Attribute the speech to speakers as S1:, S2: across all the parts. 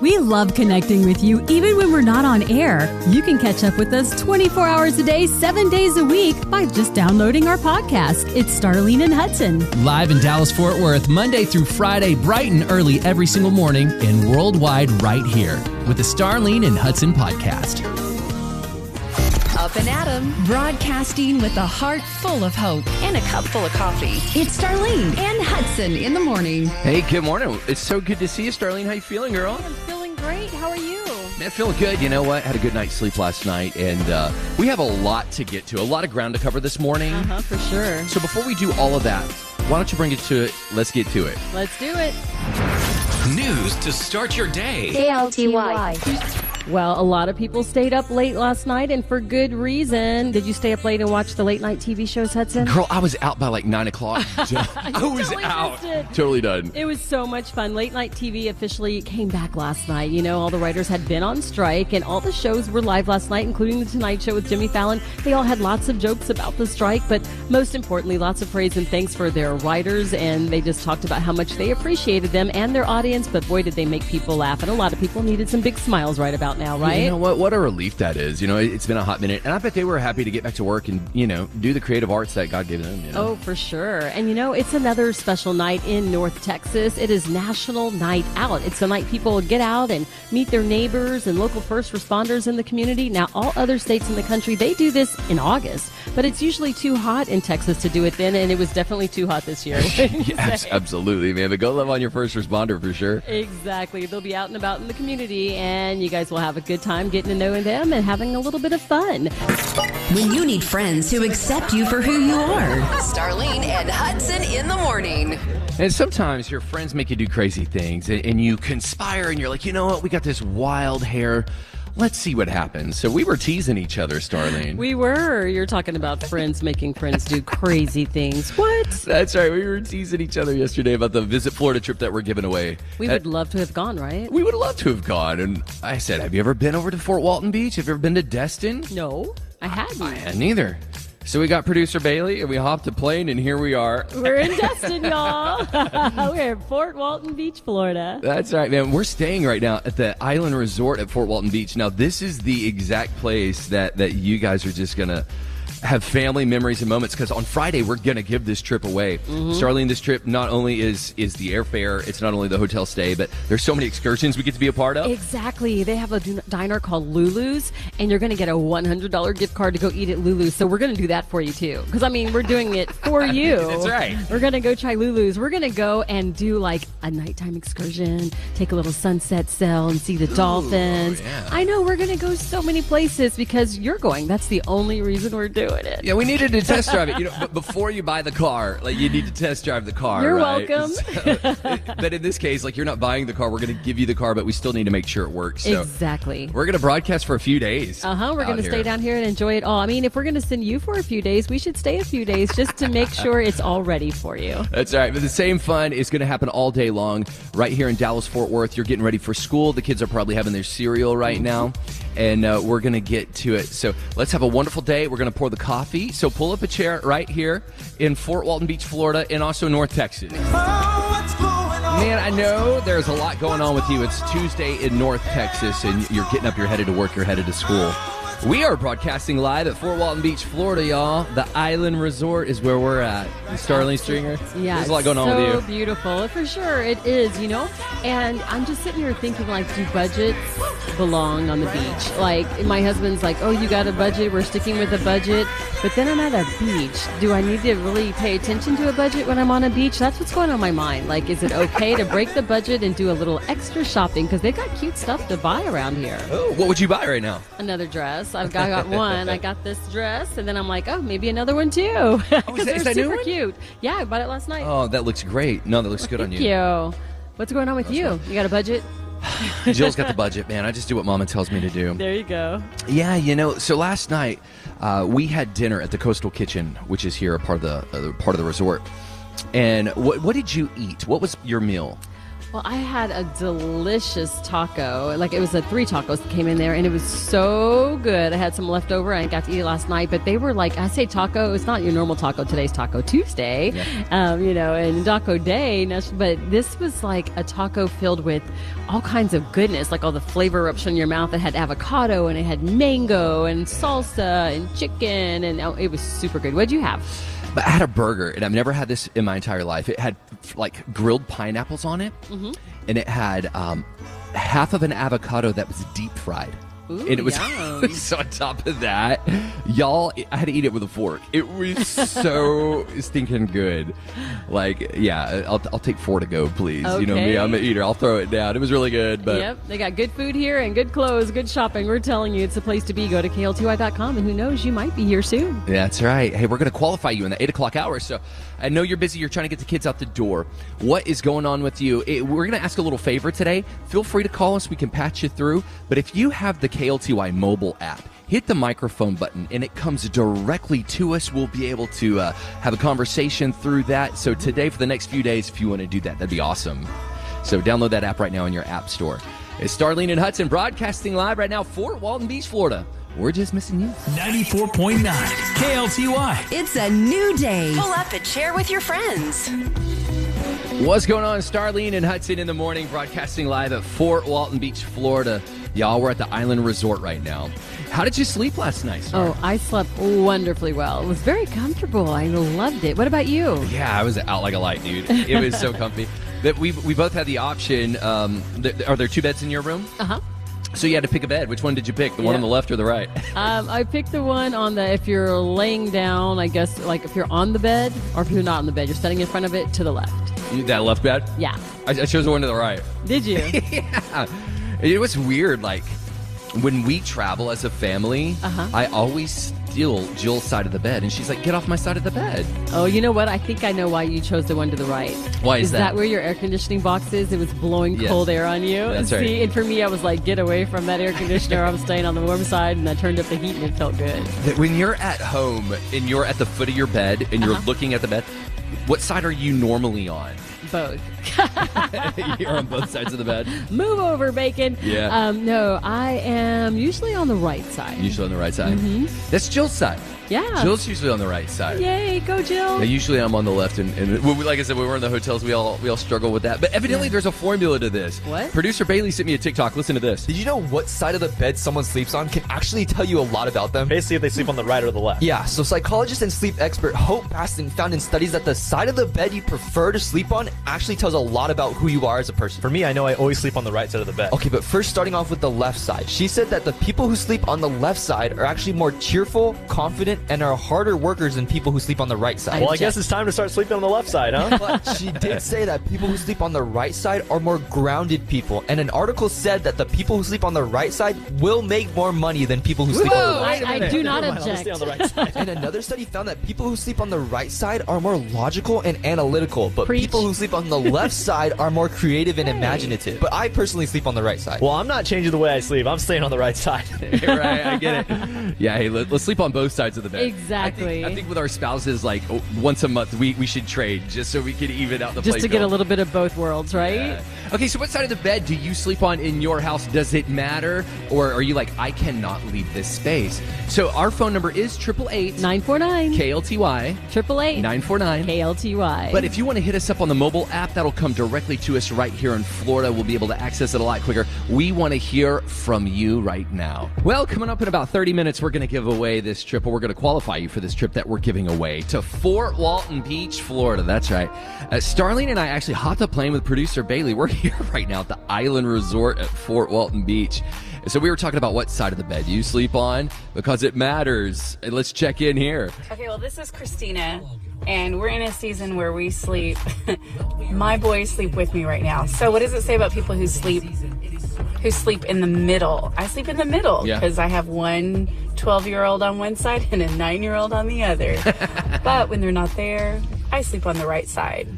S1: We love connecting with you even when we're not on air. You can catch up with us 24 hours a day, seven days a week by just downloading our podcast. It's Starlene and Hudson.
S2: Live in Dallas, Fort Worth, Monday through Friday, bright and early every single morning, and worldwide right here with the Starlene and Hudson podcast.
S3: Up and at 'em, broadcasting with a heart full of hope and a cup full of coffee. It's Starlene and Hudson in the morning.
S4: Hey, good morning. It's so good to see you, Starlene. How you feeling, girl?
S5: I'm feeling great. How are you?
S4: Man, feeling good. You know what? Had a good night's sleep last night, and uh, we have a lot to get to, a lot of ground to cover this morning.
S5: Uh huh, for sure.
S4: So before we do all of that, why don't you bring it to it? Let's get to it.
S5: Let's do it.
S2: News to start your day.
S6: KLTY.
S5: Well, a lot of people stayed up late last night and for good reason. Did you stay up late and watch the late night TV shows, Hudson?
S4: Girl, I was out by like nine o'clock. I was
S5: totally
S4: out.
S5: missed it.
S4: Totally done.
S5: It was so much fun. Late night TV officially came back last night. You know, all the writers had been on strike and all the shows were live last night, including The Tonight Show with Jimmy Fallon. They all had lots of jokes about the strike, but most importantly, lots of praise and thanks for their writers. And they just talked about how much they appreciated them and their audience. But boy, did they make people laugh. And a lot of people needed some big smiles right about now, right?
S4: You know what? What a relief that is. You know, it- it's been a hot minute, and I bet they were happy to get back to work and you know do the creative arts that God gave them. You know?
S5: Oh, for sure. And you know, it's another special night in North Texas. It is National Night Out. It's the night people get out and meet their neighbors and local first responders in the community. Now, all other states in the country, they do this in August, but it's usually too hot in Texas to do it then, and it was definitely too hot this year.
S4: yes, absolutely, man. But go love on your first responder for sure.
S5: exactly. They'll be out and about in the community, and you guys will have a good time getting to know them and having a little bit of fun.
S3: When you need friends who accept you for who you are. Starlene and Hudson in the morning.
S4: And sometimes your friends make you do crazy things and, and you conspire and you're like, you know what? We got this wild hair. Let's see what happens. So we were teasing each other, Starlene.
S5: We were. You're talking about friends making friends do crazy things. What?
S4: That's right. We were teasing each other yesterday about the Visit Florida trip that we're giving away.
S5: We
S4: Uh,
S5: would love to have gone, right?
S4: we would love to have gone. And I said, Have you ever been over to Fort Walton Beach? Have you ever been to Destin?
S5: No,
S4: Ah,
S5: I hadn't.
S4: And neither. So we got producer Bailey and we hopped a plane and here we are.
S5: We're in Destin, y'all. We're in Fort Walton Beach, Florida.
S4: That's right, man. We're staying right now at the Island Resort at Fort Walton Beach. Now, this is the exact place that that you guys are just gonna have family memories and moments because on Friday we're gonna give this trip away.
S5: Mm-hmm.
S4: Starling, this trip not only is is the airfare, it's not only the hotel stay, but there's so many excursions we get to be a part of.
S5: Exactly. They have a din- diner called Lulu's, and you're going to get a $100 gift card to go eat at Lulu's. So we're going to do that for you, too. Because, I mean, we're doing it for you.
S4: That's right.
S5: We're going to go try Lulu's. We're going to go and do like a nighttime excursion, take a little sunset sail, and see the dolphins.
S4: oh, yeah.
S5: I know we're going to go so many places because you're going. That's the only reason we're doing it.
S4: Yeah, we needed to test drive it. You know, but before you buy the car, like you need to test drive the car.
S5: You're
S4: right?
S5: welcome.
S4: So- but in this case, like you're not buying the car. We're going to give you the car, but we still need to make sure it works. So
S5: Exactly.
S4: we're going to broadcast for a few days.
S5: Uh huh. We're
S4: out
S5: going to stay
S4: here.
S5: down here and enjoy it all. I mean, if we're going to send you for a few days, we should stay a few days just to make sure it's all ready for you.
S4: That's all right. But the same fun is going to happen all day long right here in Dallas, Fort Worth. You're getting ready for school. The kids are probably having their cereal right now. And uh, we're going to get to it. So let's have a wonderful day. We're going to pour the coffee. So pull up a chair right here in Fort Walton Beach, Florida, and also North Texas. Man, I know there's a lot going on with you. It's Tuesday in North Texas, and you're getting up, you're headed to work, you're headed to school. We are broadcasting live at Fort Walton Beach, Florida, y'all. The Island Resort is where we're at. Starling Stringer.
S5: Yeah,
S4: There's a lot
S5: it's
S4: going on
S5: so
S4: with you.
S5: beautiful for sure. It is, you know. And I'm just sitting here thinking, like, do budgets belong on the beach? Like, my husband's like, "Oh, you got a budget? We're sticking with a budget." But then I'm at a beach. Do I need to really pay attention to a budget when I'm on a beach? That's what's going on in my mind. Like, is it okay to break the budget and do a little extra shopping because they've got cute stuff to buy around here?
S4: Oh, what would you buy right now?
S5: another dress. I've got, I got one. I got this dress, and then I'm like, oh, maybe another one too. Oh,
S4: is that- is that new
S5: super
S4: one?
S5: cute. Yeah, I bought it last night.
S4: Oh, that looks great. No, that looks good on
S5: Thank
S4: you.
S5: you. What's going on with you? You got a budget?
S4: Jill's got the budget, man. I just do what Mama tells me to do.
S5: There you go.
S4: Yeah, you know. So last night uh, we had dinner at the Coastal Kitchen, which is here, a part of the uh, part of the resort. And what what did you eat? What was your meal?
S5: Well, I had a delicious taco. Like it was a three tacos that came in there, and it was so good. I had some left over. I got to eat it last night, but they were like I say taco. It's not your normal taco. Today's Taco Tuesday, um, you know, and Taco Day. nas- But this was like a taco filled with all kinds of goodness, like all the flavor eruption in your mouth. It had avocado and it had mango and salsa and chicken, and oh, it was super good. What'd you have?
S4: But I had a burger, and I've never had this in my entire life. It had f- like grilled pineapples on it,
S5: Mm-hmm.
S4: and it had um, half of an avocado that was deep fried.
S5: Ooh,
S4: and it was
S5: yum.
S4: so on top of that, y'all. I had to eat it with a fork. It was so stinking good. Like, yeah, I'll, I'll take four to go, please. You know me,
S5: Okay.
S4: I'm an eater. I'll throw it down. It was really good, but
S5: yep, they got good food here and good clothes, good shopping. We're telling you, it's a place to be. Go to KL2I.com, and who knows, you might be here soon.
S4: That's right. Hey, we're going to qualify you in the eight o'clock hour. So I know you're busy. You're trying to get the kids out the door. What is going on with you? It- we're going to ask a little favor today. Feel free to call us. We can patch you through. But if you have the KLTY mobile app, hit the microphone button and it comes directly to us. We'll be able to uh, have a conversation through that. So today, for the next few days, if you want to do that, that'd be awesome. So download that app right now in your app store. It's Starlene and Hudson broadcasting live right now, Fort Walton Beach, Florida. We're just missing you.
S6: 94.9 KLTY.
S3: It's a new day.
S7: Pull up and share with your friends.
S4: What's going on, Starlene and Hudson in the morning, broadcasting live at Fort Walton Beach, Florida. Y'all, we're at the Island Resort right now. How did you sleep last night? Star?
S5: Oh, I slept wonderfully well. It was very comfortable. I loved it. What about you?
S4: yeah, I was out like a light, dude. It was so comfy. That we we both had the option. Um, th- are there two beds in your room?
S5: Uh huh.
S4: So you had to pick a bed. Which one did you pick? The one
S5: Yeah.
S4: on the left or the right?
S5: Um, I picked the one on the if you're laying down, I guess, like if you're on the bed or if you're not on the bed, you're standing in front of it to the left.
S4: You- that left bed.
S5: Yeah.
S4: I, I chose the one to the right.
S5: Did you?
S4: It was weird. Like when we travel as a family,
S5: Uh-huh.
S4: I always steal Jill's side of the bed, and she's like, "Get off my side of the bed."
S5: oh, you know what? I think I know why you chose the one to the right.
S4: Why is
S5: is that?
S4: that?
S5: where your air conditioning box is? It was blowing
S4: Yes.
S5: cold air on you.
S4: That's right.
S5: See, and for me, I was like, get away from that air conditioner. I'm staying on the warm side, and I turned up the heat, and it felt good.
S4: that when you're at home and you're at the foot of your bed and
S5: Uh-huh.
S4: you're looking at the bed, what side are you normally on?
S5: Both.
S4: you're on both sides of the bed.
S5: Move over, bacon.
S4: Yeah.
S5: Um, no, I am usually on the right side.
S4: Usually on the right side. That's Jill's side.
S5: Mm-hmm. yeah.
S4: Jill's usually on the right side.
S5: Yay, go Jill.
S4: Now, usually I'm on the left, and, and when we, like I said, when we're in the hotels, we all we all struggle with that. But evidently, there's a formula to this.
S5: What?
S4: Producer Bailey sent me a TikTok. Listen to this.
S8: Did you know what side of the bed someone sleeps on can actually tell you a lot about them?
S9: Basically, if they sleep on the right or the left.
S8: Yeah, so psychologist and sleep expert Hope Baston found in studies that the side of the bed you prefer to sleep on actually tells a lot about who you are as a person.
S9: For me, I know I always sleep on the right side of the bed.
S8: Okay, but first starting off with the left side. She said that the people who sleep on the left side are actually more cheerful, confident, and are harder workers than people who sleep on the right side.
S9: Well, I guess it's time to start sleeping on the left side, huh?
S8: But she did say that people who sleep on the right side are more grounded people, and an article said that the people who sleep on the right side will make more money than people who sleep on the left.
S5: I, I do not
S9: Never mind, I'll
S5: object.
S9: stay on the right side.
S8: And another study found that people who sleep on the right side are more logical and analytical, but
S5: Preach.
S8: people who sleep on the left side are more creative and imaginative. But I personally sleep on the right side.
S9: Well, I'm not changing the way I sleep. I'm staying on the right side.
S4: right, I get it. Yeah, hey, let, us sleep on both sides of the bed. I
S5: Exactly.
S4: think, I think with our spouses, like oh, once a month, we, we should trade just so we can even out the
S5: Just to get a
S4: playfield.
S5: little bit of both worlds, right?
S4: Yeah. Okay, so what side of the bed do you sleep on in your house? Does it matter? Or are you like, I cannot leave this space? So our phone number is 888
S5: 949
S4: KLTY
S5: 888
S4: 949.
S5: KLTY.
S4: But if you want to hit us up on the mobile app, that'll come directly to us right here in Florida. We'll be able to access it a lot quicker. We want to hear from you right now. Well, coming up in about 30 minutes, we're going to give away this trip, or we're going to qualify you for this trip that we're giving away to Fort Walton Beach, Florida. That's right. Uh, Starlene and I actually hopped a plane with producer Bailey. We're here right now at the Island Resort at Fort Walton Beach. So we were talking about what side of the bed you sleep on because it matters. And Let's check in here.
S10: Okay, well, this is Christina, and we're in a season where we sleep. My boys sleep with me right now. So, what does it say about people who sleep who sleep in the middle? I sleep in the middle
S4: Yeah.
S10: because I have one 12 year old on one side and a nine year old on the other. but when they're not there, I sleep on the right side.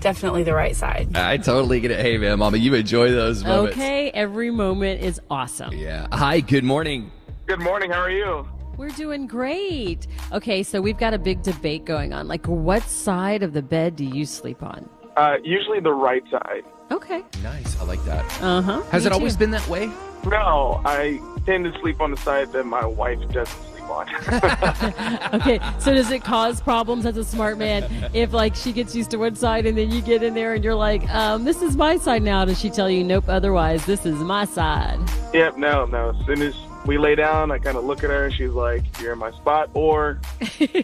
S10: Definitely the right side.
S4: I totally get it. Hey, man, mama, you enjoy those moments.
S5: okay, every moment is awesome.
S4: Yeah. Hi, good morning.
S11: Good morning. How are you?
S5: We're doing great. Okay, so we've got a big debate going on. Like, what side of the bed do you sleep on?
S11: Uh, usually the right side.
S5: Okay.
S4: Nice. I like that.
S5: Uh huh.
S4: Has it always been that way?
S11: No, I tend to sleep on the side that my wife doesn't sleep on.
S5: Okay, so does it cause problems as a smart man if like she gets used to one side and then you get in there and you're like, um, this is my side now? Does she tell you, nope, otherwise, this is my side?
S11: yep, no, no. As soon as we lay down, I kind of look at her and she's like, "You're in my spot," or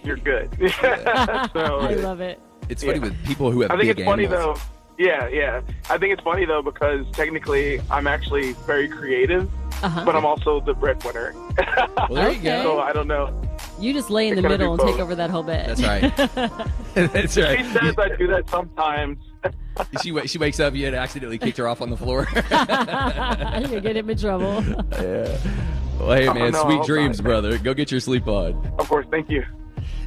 S11: "You're good." so,
S5: I love it.
S4: It's funny with people who have
S11: I think
S4: big
S11: it's funny
S4: animals.
S11: though. Yeah, yeah. I think it's funny though because technically I'm actually very creative,
S5: Uh-huh.
S11: but I'm also the breadwinner.
S4: Well, there you
S5: Okay.
S4: go.
S11: So I don't know.
S5: You just lay in
S11: It
S5: the
S11: kinda
S5: middle and
S11: do
S5: take
S11: both.
S5: over that whole bed.
S4: That's right. That's
S11: She
S4: right.
S11: says I do that sometimes.
S4: She, wa- she wakes up, you had accidentally kicked her off on the floor.
S5: You'll get him in trouble.
S4: yeah. Well, hey,
S11: Oh,
S4: man,
S11: no,
S4: sweet
S11: I'll
S4: dreams,
S11: die.
S4: brother. Go get your sleep on.
S11: Of course, thank you.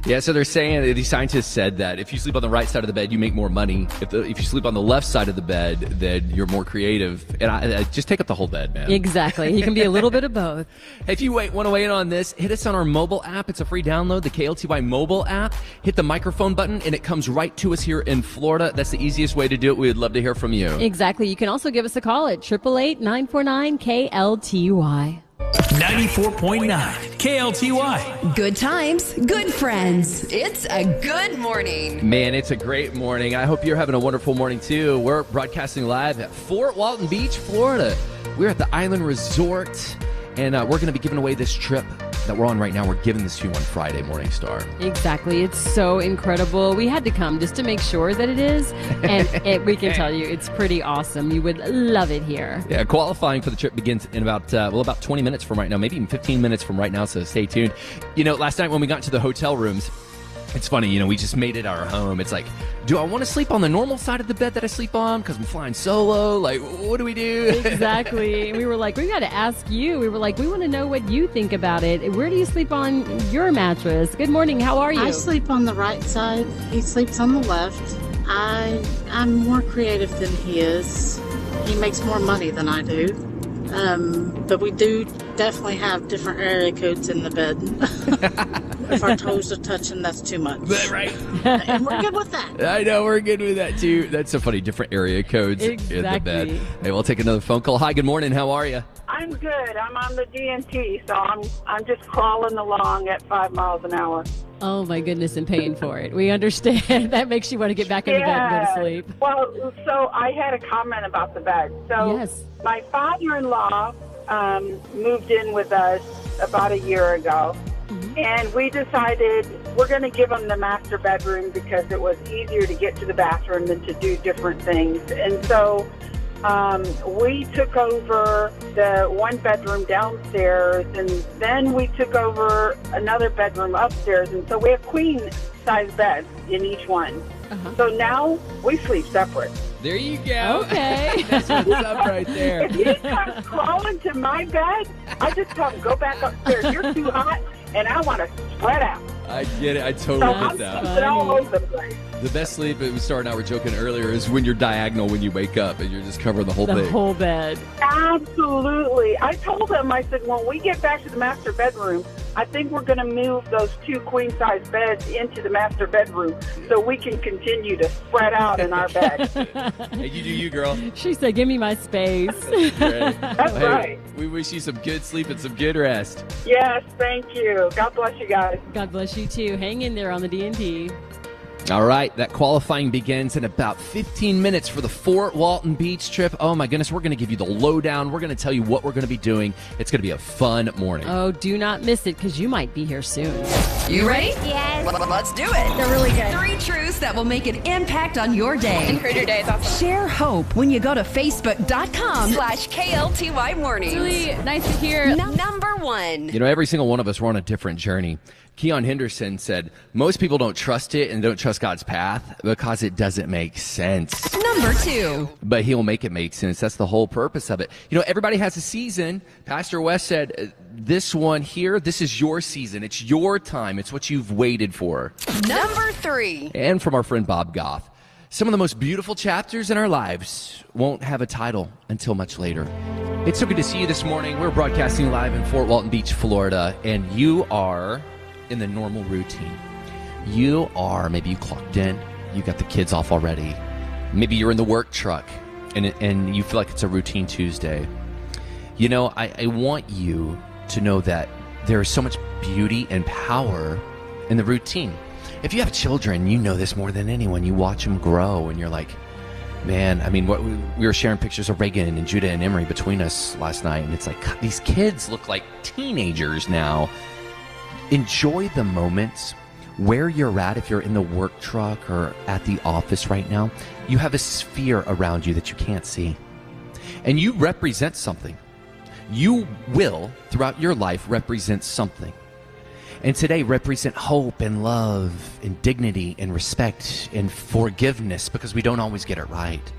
S4: Yeah, so they're saying, these scientists said that if you sleep on the right side of the bed, you make more money. If, the, if you sleep on the left side of the bed, then you're more creative. And I, I just take up the whole bed, man.
S5: Exactly. He can be a little bit of both.
S4: If you wait, want to weigh in on this, hit us on our mobile app. It's a free download, the KLTY mobile app. Hit the microphone button, and it comes right to us here in Florida. That's the easiest way to do it. We would love to hear from you.
S5: Exactly. You can also give us a call at 888 949 KLTY.
S6: 94.9 KLTY.
S3: Good times, good friends. It's a good morning.
S4: Man, it's a great morning. I hope you're having a wonderful morning too. We're broadcasting live at Fort Walton Beach, Florida. We're at the Island Resort, and uh, we're going to be giving away this trip that we're on right now. We're giving this to you on Friday, Morning Star.
S5: Exactly. It's so incredible. We had to come just to make sure that it is. And it, we can tell you it's pretty awesome. You would love it here.
S4: Yeah, qualifying for the trip begins in about uh, well about 20 minutes from right now, maybe even 15 minutes from right now. So stay tuned. You know, last night when we got to the hotel rooms. It's funny, you know, we just made it our home. It's like, do I want to sleep on the normal side of the bed that I sleep on because I'm flying solo? Like, what do we do?
S5: Exactly. And we were like, we got to ask you. We were like, we want to know what you think about it. Where do you sleep on your mattress? Good morning. How are you?
S12: I sleep on the right side. He sleeps on the left. I I'm more creative than he is. He makes more money than I do. Um, but we do definitely have different area codes in the bed. if our toes are touching, that's too much.
S4: right.
S12: and we're good with that.
S4: I know we're good with that too. That's so funny. Different area codes in the bed.
S12: Exactly.
S4: Hey, we'll take another phone call. Hi, good morning. How are you?
S13: I'm good. I'm on the DNT, so I'm I'm just crawling along at five miles an hour.
S5: Oh my goodness, and paying for it. We understand. that makes you want to get back in the bed and go to sleep.
S13: Well, so I had a comment about the bed. So
S5: Yes.
S13: my father-in-law um, moved in with us about a year ago,
S5: Mm-hmm.
S13: and we decided we're going to give him the master bedroom because it was easier to get to the bathroom than to do different things. And so um, we took over the one bedroom downstairs, and then we took over another bedroom upstairs. And so we have queen size beds in each one. So now we sleep separate.
S4: There you go.
S5: Okay.
S4: That's what's up right there.
S13: If he comes crawling to my bed, I just tell him, go back upstairs. You're too hot, and I want to sweat out.
S4: I get it. I
S13: so
S4: totally
S13: I'm
S4: get that.
S13: sleeping all over the place.
S4: The best sleep, it was Star and I were joking earlier, is when you're diagonal when you wake up and you're just covering the whole
S5: The
S4: thing.
S5: whole bed.
S13: Absolutely. I told him, I said, when we get back to the master bedroom, I think we're going to move those two queen size beds into the master bedroom so we can continue to spread out in our bed.
S4: hey, you do you, girl.
S5: She said, give me my space.
S4: Great.
S13: That's
S4: Hey,
S13: right.
S4: We wish you some good sleep and some good rest.
S13: Yes, thank you. God bless you guys.
S5: God bless you too. Hang in there on the D&D.
S4: All right, that qualifying begins in about 15 minutes for the Fort Walton Beach trip. Oh my goodness, we're going to give you the lowdown. We're going to tell you what we're going to be doing. It's going to be a fun morning.
S5: Oh, do not miss it because you might be here soon.
S3: You ready? Yes. let's do it. They're really good. Three truths that will make an impact on your day.
S7: Improve your day. It's awesome.
S3: Share hope when you go to facebook.com slash KLTY mornings.
S7: Julie,
S5: nice to hear.
S3: number one.
S4: You know, every single one of us, we're on a different journey. Keon Henderson said, Most people don't trust it and don't trust God's path because it doesn't make sense.
S3: Number two.
S4: But he'll make it make sense. That's the whole purpose of it. You know, everybody has a season. Pastor West said, uh, This one here, this is your season. It's your time. It's what you've waited for.
S3: Number three.
S4: And from our friend Bob Goff, some of the most beautiful chapters in our lives won't have a title until much later. It's so good to see you this morning. We're broadcasting live in Fort Walton Beach, Florida, and you are in the normal routine. You are, maybe you clocked in, you got the kids off already, maybe you're in the work truck, and it- and you feel like it's a routine Tuesday, you know, I, I want you to know that there is so much beauty and power in the routine. If you have children, you know this more than anyone. You watch them grow, and you're like, man. I mean, what we, we were sharing pictures of Reagan and Judah and Emery between us last night, and it's like God, these kids look like teenagers now enjoy the moments where you're at if you're in the work truck or at the office right now you have a sphere around you that you can't see and you represent something you will throughout your life represent something and today represent hope and love and dignity and respect and forgiveness because we don't always get it right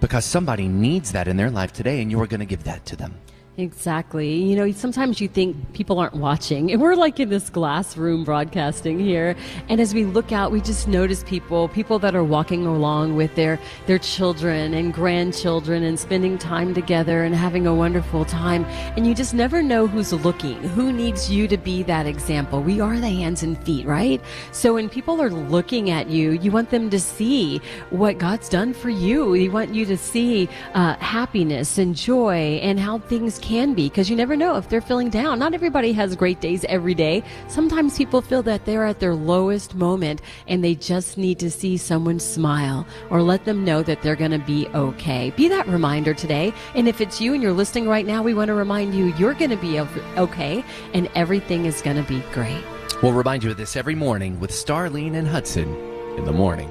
S4: because somebody needs that in their life today and you are going to give that to them
S5: Exactly. You know, sometimes you think people aren't watching, and we're like in this glass room broadcasting here. And as we look out, we just notice people, people that are walking along with their their children and grandchildren and spending time together and having a wonderful time. And you just never know who's looking, who needs you to be that example. We are the hands and feet, right? So when people are looking at you, you want them to see what God's done for you. You want you to see uh, happiness and joy and how things can be because you never know if they're feeling down. Not everybody has great days every day. Sometimes people feel that they're at their lowest moment and they just need to see someone smile or let them know that they're going to be okay. Be that reminder today. And if it's you and you're listening right now, we want to remind you you're going to be o- okay and everything is going to be great.
S4: We'll remind you of this every morning with Starlene and Hudson in the morning.